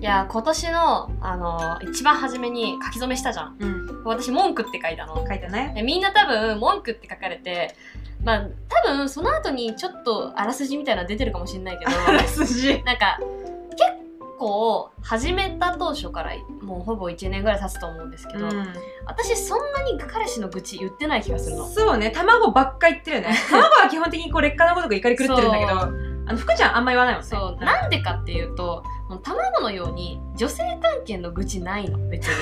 や今年のあの一番初めに書き初めしたじゃんうん。私文句って書いたの書いたね。でみんな多分文句って書かれてまあ多分その後にちょっとあらすじみたいなの出てるかもしんないけどすじ。なんか結構始めた当初からもうほぼ1年ぐらい経つと思うんですけど、私そんなに彼氏の愚痴言ってない気がするの。そうね、卵ばっか言って るよね。卵は基本的にこう劣化なことが怒り狂ってるんだけど、そあの、福ちゃんあんま言わないもんね。そうんなんでかっていうとこの卵のように女性関係の愚痴ないの別 に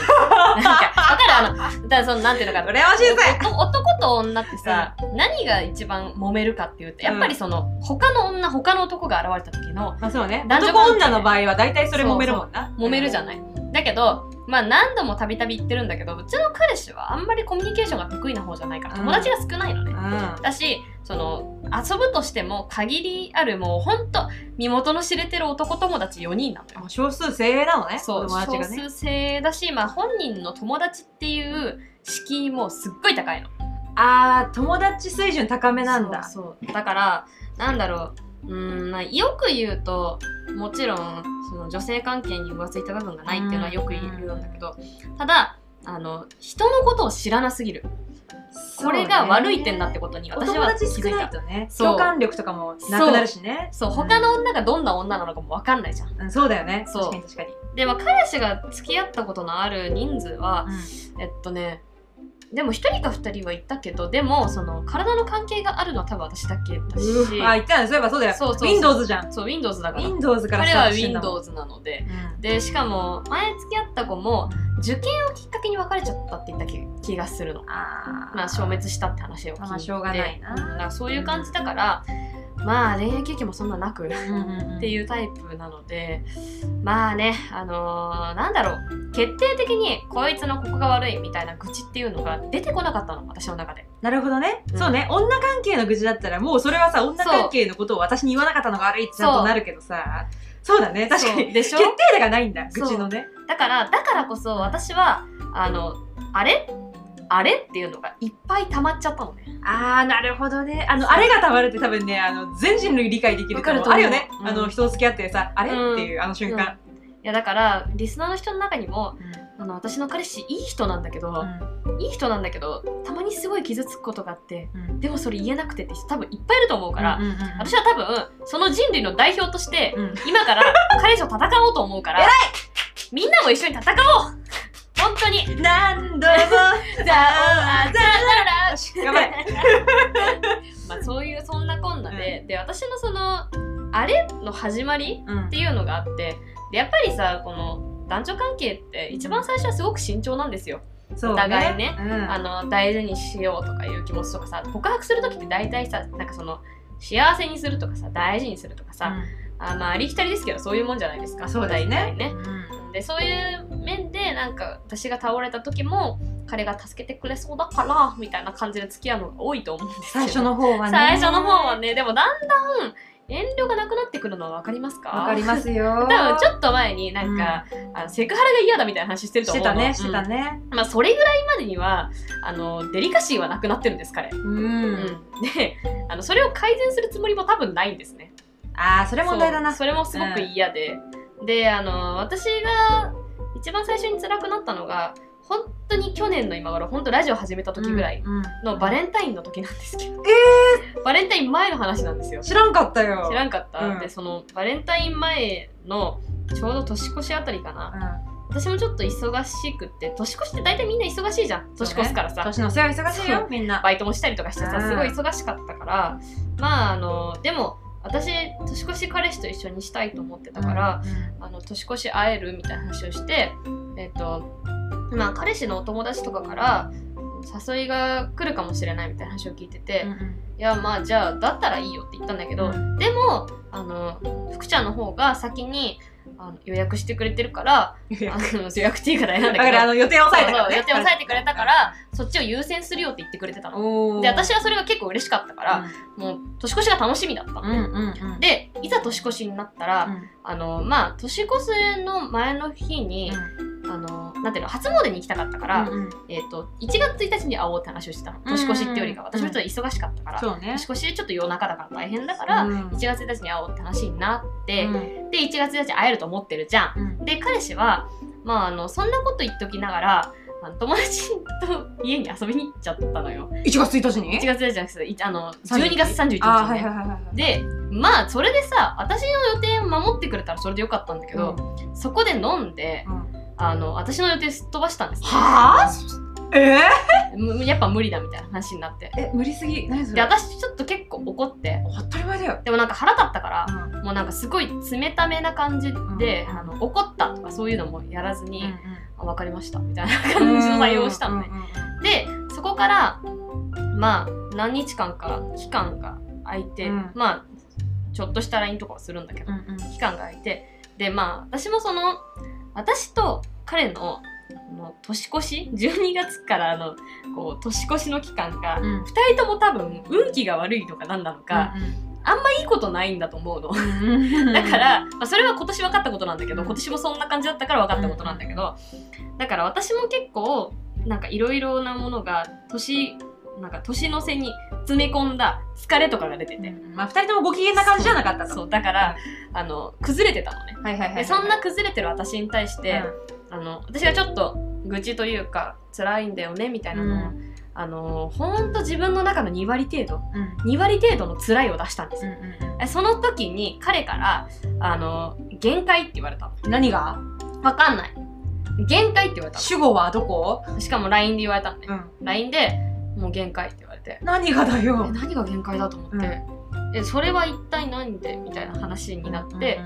なんかわかるあのだからそのなんていうのか羨ましいぜお男と女ってさ、何が一番揉めるかっていうとやっぱりその、他の女他の男が現れた時のまあそうね。男女男関係女の場合は大体それ揉めるもんな。揉めるじゃない、だけどまあ何度もたびたび言ってるんだけどうちの彼氏はあんまりコミュニケーションが得意な方じゃないからうん友達が少ないのね、うん。だしその遊ぶとしても限りあるもうほんと身元の知れてる男友達4人なのよあ少数精鋭なのね。そう友達少がね。数制だし、まあ、本人の友達っていう敷居もすっごい高いのあー、友達水準高めなんだ。そうそうだからなんだろううーん、まあ、よく言うともちろんその女性関係に浮ついた部分がないっていうのはよく言うんだけどただあの人のことを知らなすぎるこれが悪い点だってことにお私友は達気づ少いないたとね、そう共感力とかもなくなるしね。そう他の女がどんな女なのかも分かんないじゃんうん、そうだよね。そう確かに確かに。でも彼氏が付き合ったことのある人数はえっとねでも1人か2人は行ったけどでもその体の関係があるのは多分私だけだしうわあ、言ってたね。そういえばそうだよ。そうそうそう Windows じゃん。そう Windows だから Windows から彼はスタートしてんだもん Windows なのでうんでしかも前付き合った子も受験をきっかけに別れちゃったって言った気気がするのあーまあ消滅したって話を聞いて、まあしょうがないなうんだからそういう感じだからまあ恋愛経験もそんななくっていうタイプなのでまあねあのーなんだろう決定的にこいつのここが悪いみたいな愚痴っていうのが出てこなかったの私の中でなるほどね、うんそうね女関係の愚痴だったらもうそれはさ女関係のことを私に言わなかったのが悪いってちゃんとなるけどさそうだね確かそうにでしょ決定打がないんだ愚痴のねだからだからこそ私はあのあれあれっていうのがいっぱい溜まっちゃったのねあーなるほどねあそのうあれがたまるって多分ねあの全人類理解できるとわ思うかあるると思うよね、うんあの人と付き合ってさあれ、うんっていうあの瞬間、いやだからリスナーの人の中にもあの私の彼氏いい人なんだけど、いい人なんだけどたまにすごい傷つくことがあってでもそれ言えなくてって人多分いっぱいいると思うから、私は多分その人類の代表としてうん今から彼氏と戦おうと思うからみんなも一緒に戦おう本当に 何度もあ頑張れまあそういうそんなこんなで、で私のそのあれの始まりうんっていうのがあってでやっぱりさこの男女関係って一番最初はすごく慎重なんですよ、そうお互いねうんあの大事にしようとかいう気持ちとかさ告白する時って大体さなんかその幸せにするとかさ大事にするとかさ、あまあありきたりですけどそういうもんじゃないですうかんそうです大ね体ねうんでそういう面でなんか私が倒れた時も彼が助けてくれそうだからみたいな感じで付き合うのが多いと思うんですけど最初の方はね最初の方はねでもだんだん遠慮がなくなってくるのは分かりますかわかりますよ 多分ちょっと前になんか、あのセクハラが嫌だみたいな話してるとして思うのたねしてたねうんまあ、それぐらいまでにはあのデリカシーはなくなってるんです彼、うん、であのそれを改善するつもりも多分ないんですねああそれ問題だなそうそれもすごく嫌で、であの私が一番最初に辛くなったのが本当に去年の今頃本当ラジオ始めた時ぐらいうんうんのバレンタインの時なんですけど、えバレンタイン前の話なんですよー、知らんかったよ知らんかった、うんでそのバレンタイン前のちょうど年越しあたりかなうん私もちょっと忙しくって年越しって大体みんな忙しいじゃんそう年ね越すからさ、年の世話忙しいそよみんなバイトもしたりとかしてさうんすごい忙しかったからまああのでも私年越し彼氏と一緒にしたいと思ってたから、あの年越し会えるみたいな話をしてえっ、とまあ彼氏のお友達とかから誘いが来るかもしれないみたいな話を聞いてて、うんいうんやまあじゃあだったらいいよって言ったんだけど、うんでもあの福ちゃんの方が先にあの予約してくれてるから いやあの予約っていうから嫌なんだだけどからあの予定を抑えたから、そうね、そう予定を抑えてくれたからそっちを優先するよって言ってくれてたの。おーで私はそれが結構嬉しかったから、もう年越しが楽しみだったのうんうんうんうんでいざ年越しになったら、あのまあ年越しの前の日に、あのなんていうの初詣に行きたかったから、うんうんえー、と1月1日に会おうって話をしてたの年越しっていうよりかはうん私もちょっと忙しかったから、そうね年越しでちょっと夜中だから大変だから、うん1月1日に会おうって話になってう、んで1月1日会えると思ってるじゃん。うんで彼氏は、まあ、あのそんなこと言っときながらあの友達と家に遊びに行っちゃったのよ。 1月1日に1月1日じゃなくていあの31 12月31日にね、あーはいはいはいはい。でまあそれでさ私の予定守ってくれたらそれでよかったんだけど、そこで飲んでうん、あの私の予定すっ飛ばしたんです、ね、はぁえむやっぱ無理だみたいな話になってー、え、無理すぎ。何そでれ私ちょっと結構怒って当たり前だよ。でもなんか腹立ったからう、んもうなんかすごい冷ためな感じで、うんあの怒ったとかそういうのもやらずに、あ分かりましたみたいなうん感じの対応をしたのねう。んうんうんでそこからまあ何日間か期間が空いて、うんまあちょっとした LINE とかはするんだけど、うんうん期間が空いてでまあ私もその私と彼のあの年越し12月からのこう年越しの期間が、うん2人とも多分運気が悪いのか何なのか、いいことないんだと思うの。うんだから、まあ、それは今年分かったことなんだけど、うん今年もそんな感じだったから分かったことなんだけど、だから私も結構なんかいろいろなものが年なんか年の瀬に詰め込んだ疲れとかが出てて、うんまあ二人ともご機嫌な感じじゃなかったとそうだから、あの崩れてたのね。はいはいはいはでいそんな崩れてる私に対して、あの私がちょっと愚痴というか辛いんだよねみたいなのを、うあのほんと自分の中の2割程度うんうん2割程度の辛いを出したんですようんえその時に彼から「あの限界」って言われたのうん何がわかんない限界って言われた主語はどこのしかも LINE で言われたのねうん LINE で「もう限界」って言われて何がだえよ何が限界だと思って、えそれは一体何でみたいな話になって、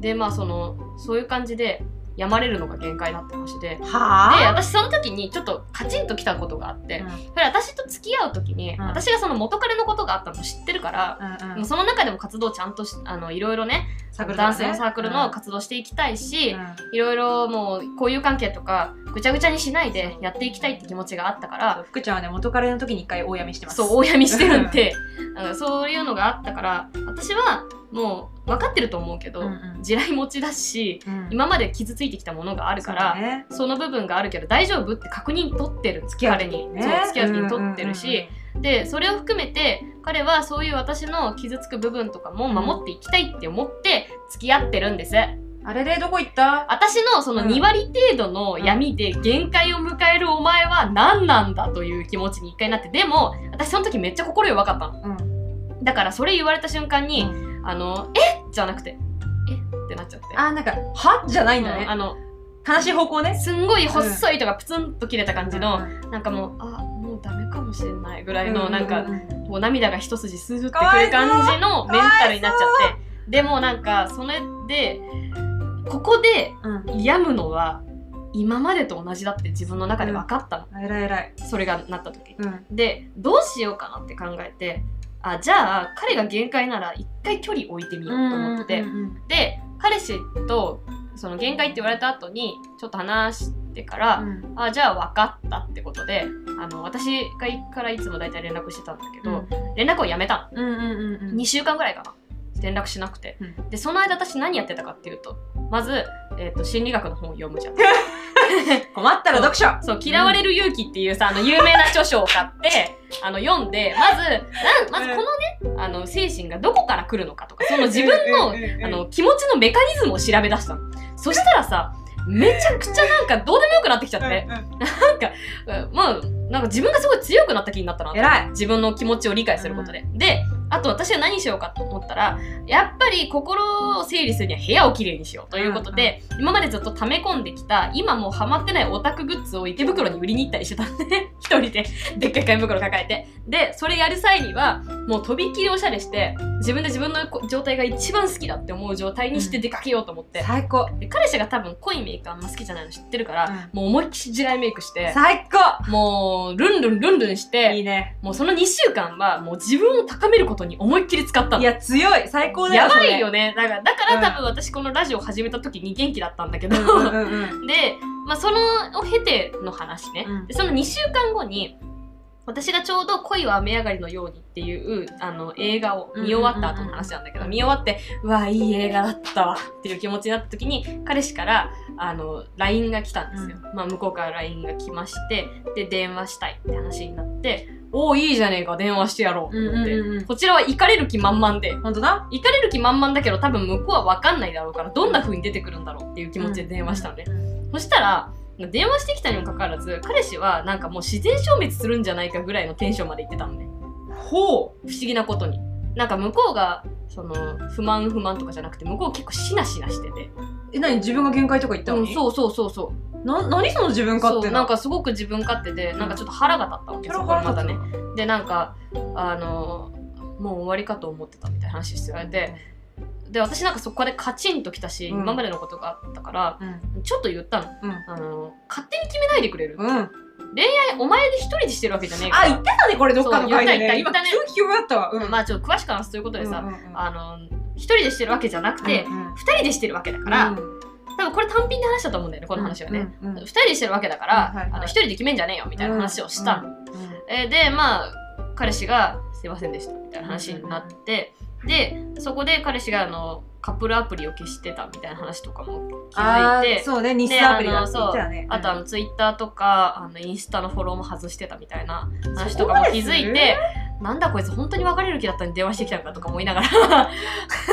でまあそのそういう感じでやまれるのが限界だって話で。はであ私その時にちょっとカチンときたことがあって、うんそれ私と付き合う時に、うん私がその元彼のことがあったの知ってるから、うんもうその中でも活動ちゃんとしあのいろいろねサークルとかね男性のサークルの活動していきたいし、うんいろいろもう交友関係とかぐちゃぐちゃにしないでやっていきたいって気持ちがあったから福ちゃんはね元彼の時に一回大闇してますそう大闇してるん であのそういうのがあったから私はもう分かってると思うけど、うんうん地雷持ちだしうん今まで傷ついてきたものがあるそかうらだ。ねその部分があるけど大丈夫って確認取ってる付き合う時彼に、ねそう付き合う時に取ってるし、でそれを含めて彼はそういう私の傷つく部分とかも守っていきたいって思って付き合ってるんですうんうんうんあれれどこ行った私のそのうん2割程度の闇で限界を迎えるお前は何なんだという気持ちに一回なってでも私その時めっちゃ心弱かったのうんだからそれ言われた瞬間に、うんあのえじゃなくてえってなっちゃってあーなんかはじゃないんうだねんあの悲しい方向ねすんごい細いとかプツンと切れた感じの、うんなんかもう、あ、もうダメかもしれないぐらいうんうの、んなんか、うんこう涙が一筋スーってくるかわいそう感じのメンタルになっちゃって。でもなんか、それで、ここでうん病むのは、今までと同じだって自分の中で分かったの。偉い偉いそれがなった時に。うんで、どうしようかなって考えて、あ、じゃあ、彼が限界なら一回距離置いてみようと思って、うんうんうんで、彼氏と、その限界って言われた後に、ちょっと話してから、うんあじゃあ分かったってことであの私がからいつも大体連絡してたんだけど、連絡をやめたうんうんうんうのん2週間ぐらいかな連絡しなくて、うでその間私何やってたかっていうとまず、えー、と心理学の本を読むじゃん困ったら読書そう「嫌われる勇気」っていうさあの有名な著書を買ってあの読んでまずなんまずこのねあの精神がどこから来るのかとかその自分のあの気持ちのメカニズムを調べ出したのそしたらさめちゃくちゃなんかどうでもよくなってきちゃって、うんまあなんか自分がすごい強くなった気になったな偉い自分の気持ちを理解することで、であと私は何しようかと思ったらやっぱり心を整理するには部屋をきれいにしようということで、今までずっと溜め込んできた今もうハマってないオタクグッズを池袋に売りに行ったりしてたんで 一人ででっかい紙袋抱えてでそれやる際にはもうとびっきりおしゃれして自分で自分のこ状態が一番好きだって思う状態にして出かけようと思って、最高で彼氏が多分濃いメイクあんま好きじゃないの知ってるから、うんもう思いっきり地雷メイクして最高もう、ルンルンルンルンしいいて、ねもうその2週間は、もう自分を高めることに思いっきり使ったいの。や強い最高だよやばそれいよね。だから、だかうんら多分私このラジオ始めた時に元気だったんだけうど、んうんうん うんで、まあそのを経ての話ね。うんでその2週間後に、私がちょうど恋は雨上がりのようにっていうあの映画を見終わった後の話なんだけど、うんうんうん見終わって、うわ、いい映画だったわっていう気持ちになった時に、彼氏から、あの、LINE が来たんですよ。まあ、向こうから LINE が来まして、で、電話したいって話になって、おおいいじゃねえか電話してやろうと思って、うんうんうんうんこちらは怒れる気満々で本当だ怒れる気満々だけど多分向こうは分かんないだろうからどんな風に出てくるんだろうっていう気気持ちで電話したのね、そしたら電話してきたにもかかわらず彼氏はなんかもう自然消滅するんじゃないかぐらいのテンションまで行ってたのねほ不思議なことになんか向こうがその不満不満とかじゃなくて向こう結構しなしなしててうえ何自分が限界とか言ったのうんに、そうそうそうそうな何その自分勝そ手うなんかすごく自分勝手でなんかちょっと腹が立ったわけ、それそこはでま腹た立ねつねでなんかあのもう終わりかと思ってたみたいな話して言われてで私なんかそこでカチンときたし、うん今までのことがあったからうんちょっと言ったのうんあの勝手に決めないでくれる、うん、お前で一人でしてるわけじゃねえかあら言ってたねこれどっかの回でそうね言った言った今言ったね急に記憶だったわうんまあちょっと詳しく話すということでさ、うんうんうんあの一人でしてるわけじゃなくて、うんうん二人でしてるわけだから、うん多分これ単品で話したと思うんだよねこの話はね、うんうんうん二人でしてるわけだから、うんはいはいあの一人で決めんじゃねえよみたいな話をしたの、うんえーでまあ彼氏が「すいませんでした」みたいな話になって、でそこで彼氏があのカップルアプリを消してたみたいな話とかも気づあいーてそうね日数アプリだって言ってたねあとあのツイッターとかあのインスタのフォローも外してたみたいな話とかもそこま気ですづるいてなんだこいつ本当に別れる気だったのに電話してきたのかとか思いながら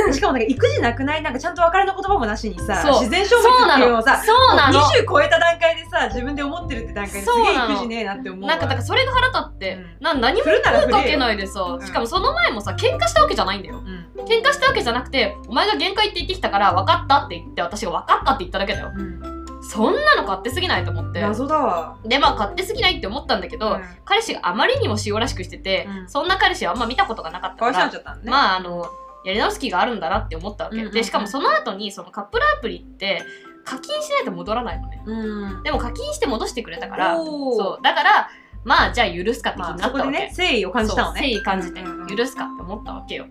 うんしかもなんか育児なくないなんかちゃんと別れの言葉もなしにさそう自然消滅っていうのをさそうなの20超えた段階でさ自分で思ってるって段階ですそうげえなの育児ねえなって思うわなんかだからそれが腹立って、うんなん何も振るなら声振れよかけないでさんしかもその前もさ喧嘩したわけじゃないんだようん喧嘩したわけじゃなくてお前が限界って言ってきたから分かったって言って私が分かったって言っただけだようんそんなの勝手すぎないと思って謎だわでまあ勝手すぎないって思ったんだけど、うん彼氏があまりにも塩らしくしてて、うんそんな彼氏はあんま見たことがなかったかわかいそうにならっちゃったんだねまああのやり直す気があるんだなって思ったわけ、うんうんうんでしかもその後にそのカップルアプリって課金しないと戻らないのねうんでも課金して戻してくれたからおーそうだからまあじゃあ許すかって気にまあなったそわけ、こでね誠意を感じたのねそう誠意感じてうんうん許すかって思ったわけよ、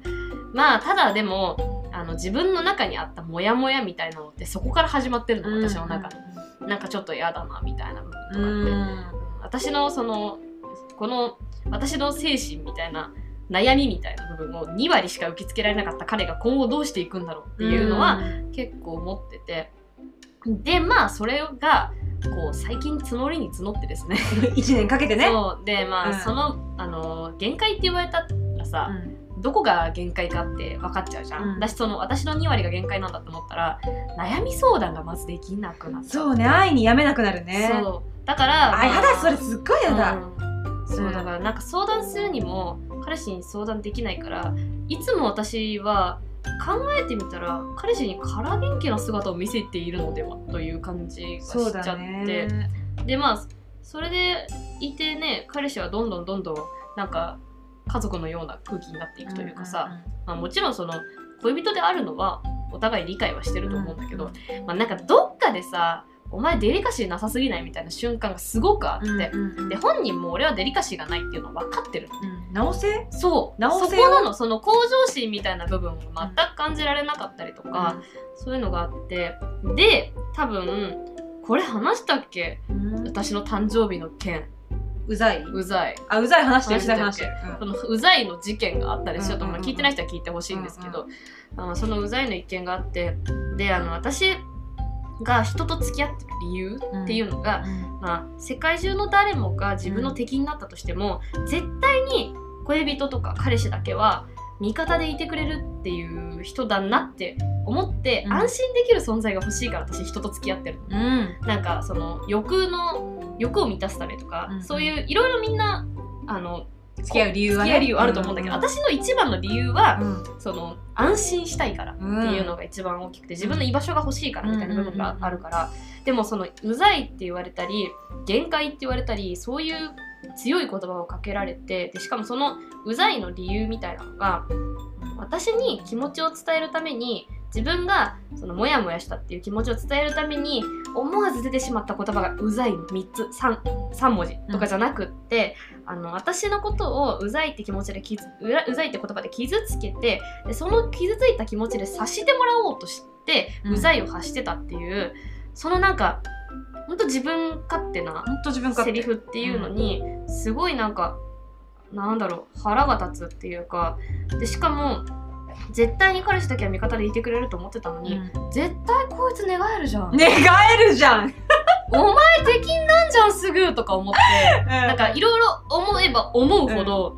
まあただでもあの自分の中にあったモヤモヤみたいなのってそこから始まってるの私の中で、なんかちょっと嫌だなみたいな部分とかって、うん私のそのこの私の精神みたいな悩みみたいな部分を2割しか受け付けられなかった彼が今後どうしていくんだろうっていうのは結構思っててでまあそれがこう最近募りに募ってですね1年かけてねそうでまあ、うんそのあの限界って言われたらうさ、んどこが限界かって分かっちゃうじゃん、うん私その私の2割が限界なんだと思ったら悩み相談がまずできなくなっちゃそうね愛にやめなくなるねそうだからあやまだそれすっごいやだうんそううんだからなんか相談するにも彼氏に相談できないからいつも私は考えてみたら彼氏にから元気な姿を見せているのではという感じがしそうちゃだって、ねでまあそれでいてね彼氏はどんどんどんどんなんか家族のような空気になっていくというかさ、まあ、もちろんその恋人であるのはお互い理解はしてると思うんだけど、まあ、なんかどっかでさお前デリカシーなさすぎないみたいな瞬間がすごくあって、うんうんうんで本人も俺はデリカシーがないっていうのは分かってるうん直せそう直そせこよなのその向上心みたいな部分を全く感じられなかったりとか、そういうのがあってで多分これ話したっけうん私の誕生日の件うざいうざいあうざい話して話るうしてざるい話してるこのうざいの事件があったりしようと思ううんうんうん聞いてない人は聞いてほしいんですけど、あのそのうざいの一件があってであの私が人と付き合ってる理由っていうのが、まあ、世界中の誰もが自分の敵になったとしても、絶対に恋人とか彼氏だけは味方でいてくれるっていう人だなって思って、うん安心できる存在が欲しいから私人と付き合ってるのうんうんなんかその欲の欲を満たすためとか、うんそういういろいろみんなあの付き合う理由はね付き合う理由あると思うんだけど、うん私の一番の理由は、うんその安心したいからっていうのが一番大きくて自分の居場所が欲しいからみたいな部分があるから、でもそのうざいって言われたり限界って言われたりそういう強い言葉をかけられてでしかもそのうざいの理由みたいなのが私に気持ちを伝えるために自分がそのモヤモヤしたっていう気持ちを伝えるために思わず出てしまった言葉が「うざい」の3つ 3, 3文字とかじゃなくって、あの私のことをうざいって気持ちで傷うらうざいって言葉で傷つけてでその傷ついた気持ちで察してもらおうとして、ううんざいを発してたっていうそのなんかほんと自分勝手なほんと自分勝セ手リフっていうのにすごいなんかなんだろう腹が立つっていうかでしかも絶対に彼氏だけは味方でいてくれると思ってたのに、うん絶対こいつ寝返るじゃん、寝返るじゃんおお前敵になんじゃんすぐとか思って、 なんかいろいろ思えば思うほど、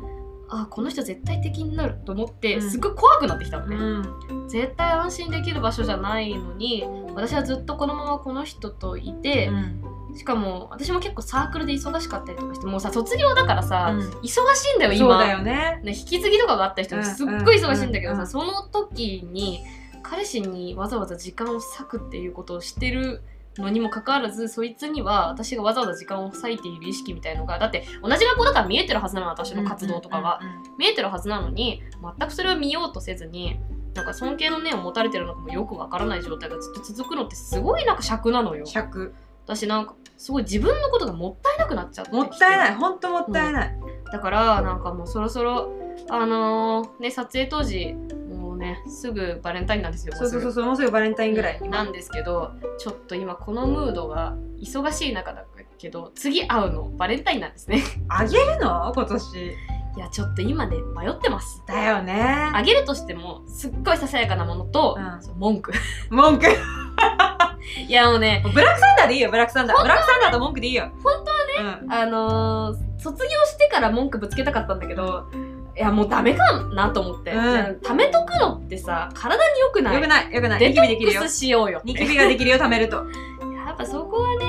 あ、この人絶対敵になると思って、うんすっごい怖くなってきたのうね。ん、絶対安心できる場所じゃないのに、私はずっとこのままこの人といてう、んしかも私も結構サークルで忙しかったりとかして、もうさ、卒業だからさ、うん忙しいんだよ、そう今。だよね。ね、引き継ぎとかがあった人うんすっごい忙しいんだけどうんうさんその時に彼氏にわざわざ時間を割くっていうことをしてるのにもかかわらずそいつには私がわざわざ時間を割いている意識みたいのがだって同じ学校だから見えてるはずなの私の活動とかがうんうん見えてるはずなのに全くそれを見ようとせずになんか尊敬の念を持たれてるのかもよくわからない状態がずっと続くのってすごいなんか尺なのうよん。尺私なんかすごい自分のことがもったいなくなっちゃってきてもったいない、本当もったいない。だからなんかもうそろそろあのーね撮影当時もうねすぐバレンタインなんですよもそうすそうぐそうそう、もうすぐバレンタインぐらい。うんなんですけどちょっと今このムードが忙しい中だけど次会うのバレンタインなんですね あげるの今年。いやちょっと今ね迷ってますだよあね。げるとしてもすっごいささやかなものと、うんそう文句 文句。いやもうねブラックサンダーでいいよ、ブラックサンダー。ブラックサンダーと文句でいいよ。本当はね。あのー卒業してから文句ぶつけたかったんだけどいやもうダメかなと思って、うんいや貯めとくのってさ体に良くないよくない、よくない。デニトキビできるッよク。スしようよってニキビができるよ、貯めると。やっぱそこはね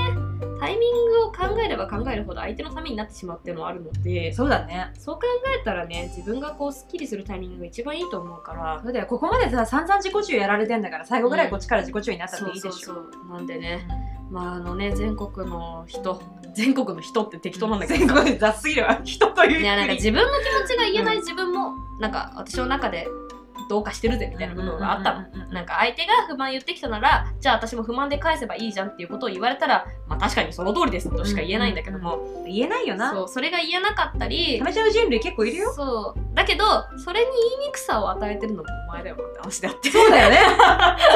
タイミングを考えれば考えるほど相手のためになってしまうっていうのはあるのでそうだね。そう考えたらね自分がこうスッキリするタイミングが一番いいと思うからそうだよ、ここまでさ、散々自己中やられてんだから、最後ぐらいこっちから自己中になったっていいでしょ。うなんでねまああのね全国の人全国の人って適当なんだけど全さ国で雑すぎるわ、 人といういやなんか国自分の気持ちが言えないうん自分も、なんか私の中でどうかしてるぜみたいな部分があったの、うんうんうんうんなんか相手が不満言ってきたならじゃあ私も不満で返せばいいじゃんっていうことを言われたらまあ確かにその通りですとしか言えないんだけども、言えないよなそうそれが言えなかったりためちゃう人類結構いるよそうだけどそれに言いにくさを与えてるのもお前だよって話であってそう だよね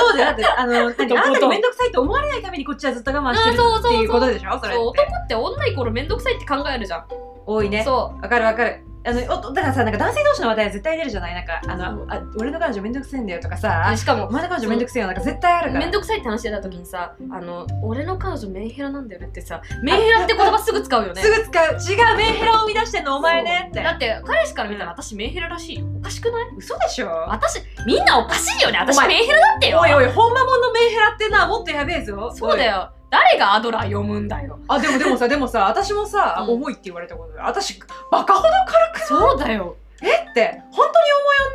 そうだよだってあの何どことあなたに面倒くさいと思われないためにこっちはずっと我慢してるそうってそういうこそとうでしょそれそうって男って女イコール面倒くさいって考えるじゃん、多いねそわかるわかるあのおだからさなんか男性同士の話題は絶対出るじゃないなんかあそうのあ俺の彼女めんどくせえんだよとかうさでしかおも前の彼女めんどくせえよなんか絶対あるから面倒くさいって話してた時にさ「あの俺の彼女メンヘラなんだよね」ってさメンヘラって言葉すぐ使うよねすぐ使う違うメンヘラを生み出してんのお前ねってだって彼氏から見たら私メンヘラらしいよおかしくない嘘でしょ私みんなおかしいよね私お前メンヘラだってよおいおいほんまもんのメンヘラってなもっとやべえぞそうだよ誰がアドラー読むんだよあでもでもさでもさ私もさ、うん重いって言われたことある私バカほど軽くないそうだよって本当に重い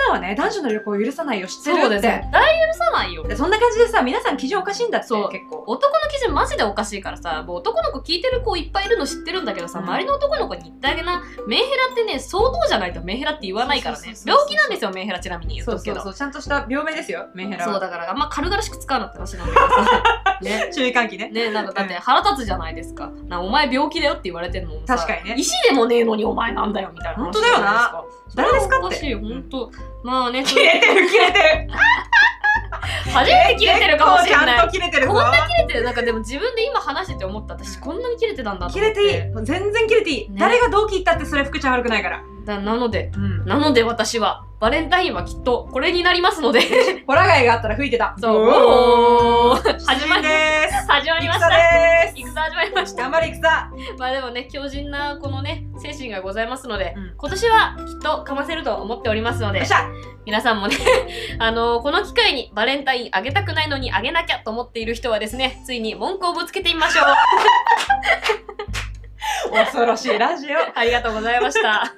女はね男女の旅行を許さないよ知ってるそうっだてよ大許さないよでそんな感じでさ皆さん基準おかしいんだってそう結構男の基準マジでおかしいからさもう男の子聞いてる子いっぱいいるの知ってるんだけどさ、うん周りの男の子に言ってあげなメンヘラってね相当じゃないとメンヘラって言わないからそうねそうそうそう病気なんですよメンヘラちなみに言っそとうくけそどうそうそうちゃんとした病名ですよメンヘラはだからあんま軽々しく使うなって話なんだけど さね注意喚起ねねなんかだって腹立つじゃないですかなお前病気だよって言われてんのもさ確かにね石でもねえのにお前なんだよみたいな本当だよな誰ですかおっかしていよ本当まあね 切れてる切れてる初めて切れてるかもしれ結構ちなゃんいと切れてるぞこんな切れてるなんかでも自分で今話してて思った私こんなに切れてたんだと切思っれてていい全然切れていい、ね誰が同期行ったってそれ福ちゃん悪くないからだなのでうんなので私はバレンタインはきっとこれになりますので ホラ貝があったら吹いてたそうおー始まり七人です始まりまし戦たで戦始まりましす頑張れ戦たまあでもね強靭なこのね精神がございますので、うん今年はきっとかませると思っておりますのよでっしゃ皆さんもね あのこの機会にバレンタインあげたくないのにあげなきゃと思っている人はですねついに文句をぶつけてみましょう 恐ろしいラジオありがとうございました